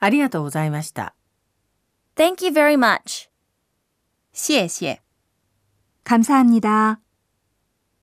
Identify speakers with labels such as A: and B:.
A: ありがとうございました。
B: Thank you very much.
C: 谢谢。
D: 감사합니다.